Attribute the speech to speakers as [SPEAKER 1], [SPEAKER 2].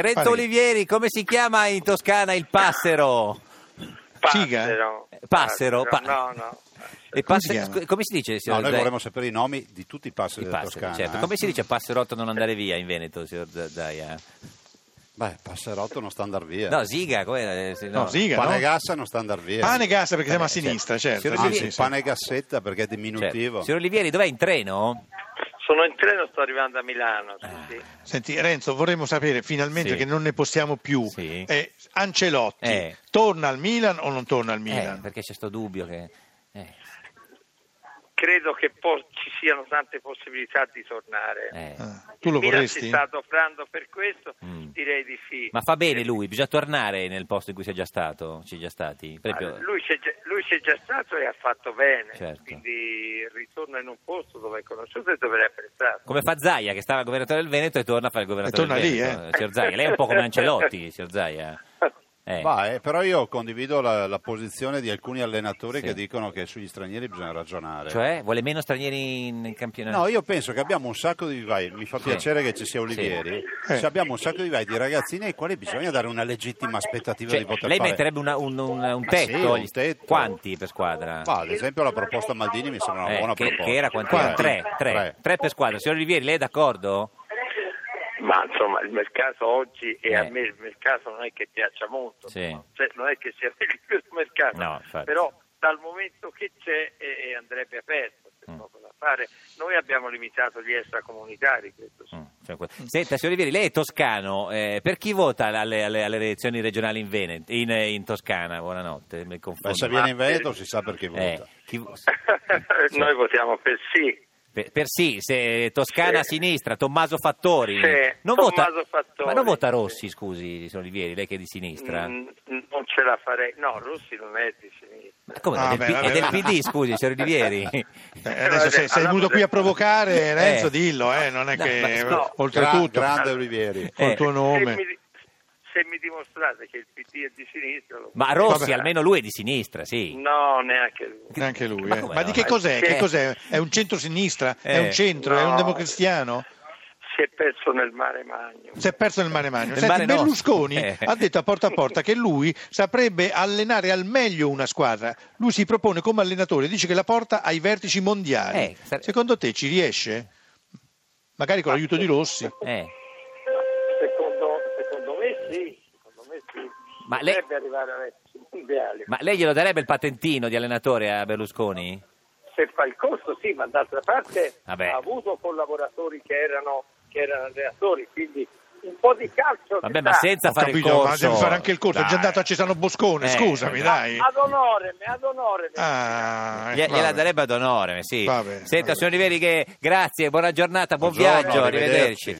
[SPEAKER 1] Renzo
[SPEAKER 2] Pare-
[SPEAKER 1] Olivieri, come si chiama in Toscana il passero?
[SPEAKER 2] Figa?
[SPEAKER 3] Passero.
[SPEAKER 1] Eh, passero, pa-
[SPEAKER 3] No, no.
[SPEAKER 1] E
[SPEAKER 2] Eh, Come si
[SPEAKER 1] passe-
[SPEAKER 2] chiama?
[SPEAKER 1] scu- come si dice,
[SPEAKER 4] No,
[SPEAKER 1] signor
[SPEAKER 4] noi
[SPEAKER 1] Zai-
[SPEAKER 4] vorremmo sapere i nomi di tutti i
[SPEAKER 1] il
[SPEAKER 4] passeri della
[SPEAKER 1] passero,
[SPEAKER 4] Toscana.
[SPEAKER 1] certo.
[SPEAKER 4] eh.
[SPEAKER 1] Come si dice a passerotto non andare via in Veneto, signor Z- Zaia?
[SPEAKER 4] Beh, passerotto non sta andar via.
[SPEAKER 1] No, ziga, come era? Eh, sì,
[SPEAKER 2] No, Ziga,
[SPEAKER 4] pane
[SPEAKER 2] no?
[SPEAKER 4] gassa non sta andar via.
[SPEAKER 2] Pane e gas perché siamo a sinistra, certo.
[SPEAKER 4] Signor
[SPEAKER 2] sì,
[SPEAKER 4] Olivieri,
[SPEAKER 2] sì, sì.
[SPEAKER 4] pane e gassetta perché è
[SPEAKER 1] Certo.
[SPEAKER 4] diminutivo.
[SPEAKER 1] Signor Olivieri, dov'è in treno?
[SPEAKER 3] Sono in treno, sto arrivando a Milano. sì,
[SPEAKER 1] Eh.
[SPEAKER 3] sì.
[SPEAKER 2] Senti, Renzo, vorremmo sapere finalmente
[SPEAKER 1] Sì.
[SPEAKER 2] che non ne possiamo più.
[SPEAKER 1] Sì.
[SPEAKER 2] Eh, Ancelotti
[SPEAKER 1] Eh.
[SPEAKER 2] torna al Milan o non torna al Milan?
[SPEAKER 1] Eh, perché c'è sto dubbio che... eh,
[SPEAKER 3] Credo che po- ci siano tante possibilità di tornare.
[SPEAKER 1] eh.
[SPEAKER 2] Ah, tu lo
[SPEAKER 3] Milan si
[SPEAKER 2] vorresti?
[SPEAKER 3] sta adoperando per questo?
[SPEAKER 1] Mm.
[SPEAKER 3] Direi di sì.
[SPEAKER 1] Ma fa bene lui, bisogna tornare nel posto in cui si è già stato, ci è già stati. Per esempio-
[SPEAKER 3] Ah, Lui c'è, già, lui c'è già stato e ha fatto bene,
[SPEAKER 1] Certo.
[SPEAKER 3] quindi ritorna in un posto dove è conosciuto e dove è apprezzato.
[SPEAKER 1] Come fa Zaia, che stava al governatore del Veneto e torna a fare il governatore
[SPEAKER 2] E torna
[SPEAKER 1] del
[SPEAKER 2] lì,
[SPEAKER 1] Veneto.
[SPEAKER 2] eh.
[SPEAKER 1] Signor Zaia, lei è un po' come Ancelotti, signor Zaia. Eh.
[SPEAKER 4] Va, eh, però io condivido la, la posizione di alcuni allenatori
[SPEAKER 1] Sì.
[SPEAKER 4] che dicono che sugli stranieri bisogna ragionare.
[SPEAKER 1] Cioè, vuole meno stranieri in in campionato?
[SPEAKER 4] No, io penso che abbiamo un sacco di vai, mi fa
[SPEAKER 1] Sì.
[SPEAKER 4] piacere che ci sia Olivieri,
[SPEAKER 2] Sì.
[SPEAKER 4] Ci abbiamo un sacco di vai di ragazzini ai quali bisogna dare una legittima aspettativa
[SPEAKER 1] Cioè,
[SPEAKER 4] di poter
[SPEAKER 1] lei
[SPEAKER 4] fare.
[SPEAKER 1] metterebbe una- un, un- un
[SPEAKER 4] Ma
[SPEAKER 1] tetto,
[SPEAKER 4] sì, un
[SPEAKER 1] gli-
[SPEAKER 4] tetto.
[SPEAKER 1] Quanti per squadra?
[SPEAKER 4] Ma, ad esempio la proposta Maldini mi sembra una
[SPEAKER 1] Eh,
[SPEAKER 4] buona
[SPEAKER 1] che,
[SPEAKER 4] proposta.
[SPEAKER 1] che era quanti? Era?
[SPEAKER 2] Quanti?
[SPEAKER 1] Tre, tre.
[SPEAKER 4] Tre.
[SPEAKER 1] Tre per squadra. Signor Olivieri, lei è d'accordo?
[SPEAKER 3] Ma insomma il mercato oggi e
[SPEAKER 1] Eh.
[SPEAKER 3] a me il mercato non è che piaccia molto,
[SPEAKER 1] Sì.
[SPEAKER 3] no? Cioè, non è che sia il libero mercato,
[SPEAKER 1] No, infatti.
[SPEAKER 3] però dal momento che c'è eh, eh, andrebbe aperto, c'è
[SPEAKER 1] Mm.
[SPEAKER 3] poco da fare. Noi abbiamo limitato gli extracomunitari, questo sì.
[SPEAKER 1] Mm, cioè, que- Senta, signor Olivieri, lei è toscano. eh, per chi vota alle, alle- alle elezioni regionali in, Veneto, in, in Toscana? Buonanotte, mi
[SPEAKER 4] Beh, se
[SPEAKER 1] confondo.
[SPEAKER 4] viene in Veneto si sa perché vota.
[SPEAKER 1] Eh, chi- Sì.
[SPEAKER 3] Noi votiamo per sì.
[SPEAKER 1] Per, per sì, se Toscana a
[SPEAKER 3] Sì.
[SPEAKER 1] sinistra, Tommaso Fattori.
[SPEAKER 3] Sì,
[SPEAKER 1] non
[SPEAKER 3] Tommaso
[SPEAKER 1] vota,
[SPEAKER 3] Fattori,
[SPEAKER 1] Ma non vota
[SPEAKER 3] sì.
[SPEAKER 1] Rossi, scusi, signor Olivieri, lei che è di sinistra.
[SPEAKER 3] Mm, non ce la farei. No, Rossi non è di sinistra.
[SPEAKER 1] Ma come,
[SPEAKER 2] Ah,
[SPEAKER 1] è, del,
[SPEAKER 2] beh,
[SPEAKER 1] P-
[SPEAKER 2] vabbè,
[SPEAKER 1] è del
[SPEAKER 2] vabbè.
[SPEAKER 1] PD, scusi, signor Olivieri.
[SPEAKER 2] Eh, adesso sei, sei
[SPEAKER 3] Allora,
[SPEAKER 2] venuto qui a
[SPEAKER 1] Eh.
[SPEAKER 2] provocare, Renzo, dillo, eh, non è
[SPEAKER 1] No,
[SPEAKER 2] che
[SPEAKER 1] ma- no.
[SPEAKER 4] Gra-
[SPEAKER 2] oltretutto
[SPEAKER 4] grande Olivieri.
[SPEAKER 2] col
[SPEAKER 1] Eh.
[SPEAKER 2] tuo
[SPEAKER 3] Se, mi,
[SPEAKER 2] nome.
[SPEAKER 3] di- se mi dimostrate che il PD è di sinistra, lo
[SPEAKER 1] Ma Rossi,
[SPEAKER 2] Vabbè.
[SPEAKER 1] almeno lui è di sinistra, sì.
[SPEAKER 3] No, neanche lui.
[SPEAKER 2] Neanche lui, eh.
[SPEAKER 1] Ma
[SPEAKER 2] ma,
[SPEAKER 1] come no?
[SPEAKER 2] di che cos'è?
[SPEAKER 3] Eh.
[SPEAKER 2] Che cos'è? È un centro-sinistra? È
[SPEAKER 1] Eh.
[SPEAKER 2] un centro? È un
[SPEAKER 3] No.
[SPEAKER 2] democristiano?
[SPEAKER 3] Si è perso nel mare Magno.
[SPEAKER 2] Si è perso nel mare Magno.
[SPEAKER 1] Nel
[SPEAKER 2] Senti,
[SPEAKER 1] mare nostro.
[SPEAKER 2] Berlusconi
[SPEAKER 1] Eh.
[SPEAKER 2] ha detto a porta a porta che lui saprebbe allenare al meglio una squadra. Lui si propone come allenatore, dice che la porta ai vertici mondiali.
[SPEAKER 1] Eh, sare-
[SPEAKER 2] Secondo te ci riesce? Magari con l'aiuto di Rossi.
[SPEAKER 1] Eh.
[SPEAKER 3] Secondo, secondo me sì. Secondo me sì.
[SPEAKER 1] Ma lei-
[SPEAKER 3] Dovrebbe arrivare ai vertici mondiali.
[SPEAKER 1] Ma lei glielo darebbe il patentino di allenatore a Berlusconi?
[SPEAKER 3] Se fa il corso sì, ma d'altra parte
[SPEAKER 1] Vabbè.
[SPEAKER 3] ha avuto collaboratori che erano, che erano allenatori, quindi un po' di calcio.
[SPEAKER 1] Vabbè,
[SPEAKER 3] si
[SPEAKER 1] ma
[SPEAKER 3] sa.
[SPEAKER 1] senza
[SPEAKER 2] Ho
[SPEAKER 1] fare
[SPEAKER 2] capito,
[SPEAKER 1] il corso.
[SPEAKER 2] ma devi fare anche il corso. È già
[SPEAKER 1] Dai.
[SPEAKER 2] andato a Cesano Boscone,
[SPEAKER 1] Eh,
[SPEAKER 2] scusami,
[SPEAKER 1] eh.
[SPEAKER 2] dai.
[SPEAKER 3] Ad onore, ad onore.
[SPEAKER 2] Ah, eh,
[SPEAKER 1] Glie- Gliela
[SPEAKER 2] vabbè.
[SPEAKER 1] darebbe ad onore, sì.
[SPEAKER 2] Vabbè,
[SPEAKER 1] Senta,
[SPEAKER 2] vabbè.
[SPEAKER 1] signor Olivieri, che grazie, buona giornata, buon
[SPEAKER 4] Buongiorno,
[SPEAKER 1] viaggio,
[SPEAKER 4] arrivederci.
[SPEAKER 1] arrivederci.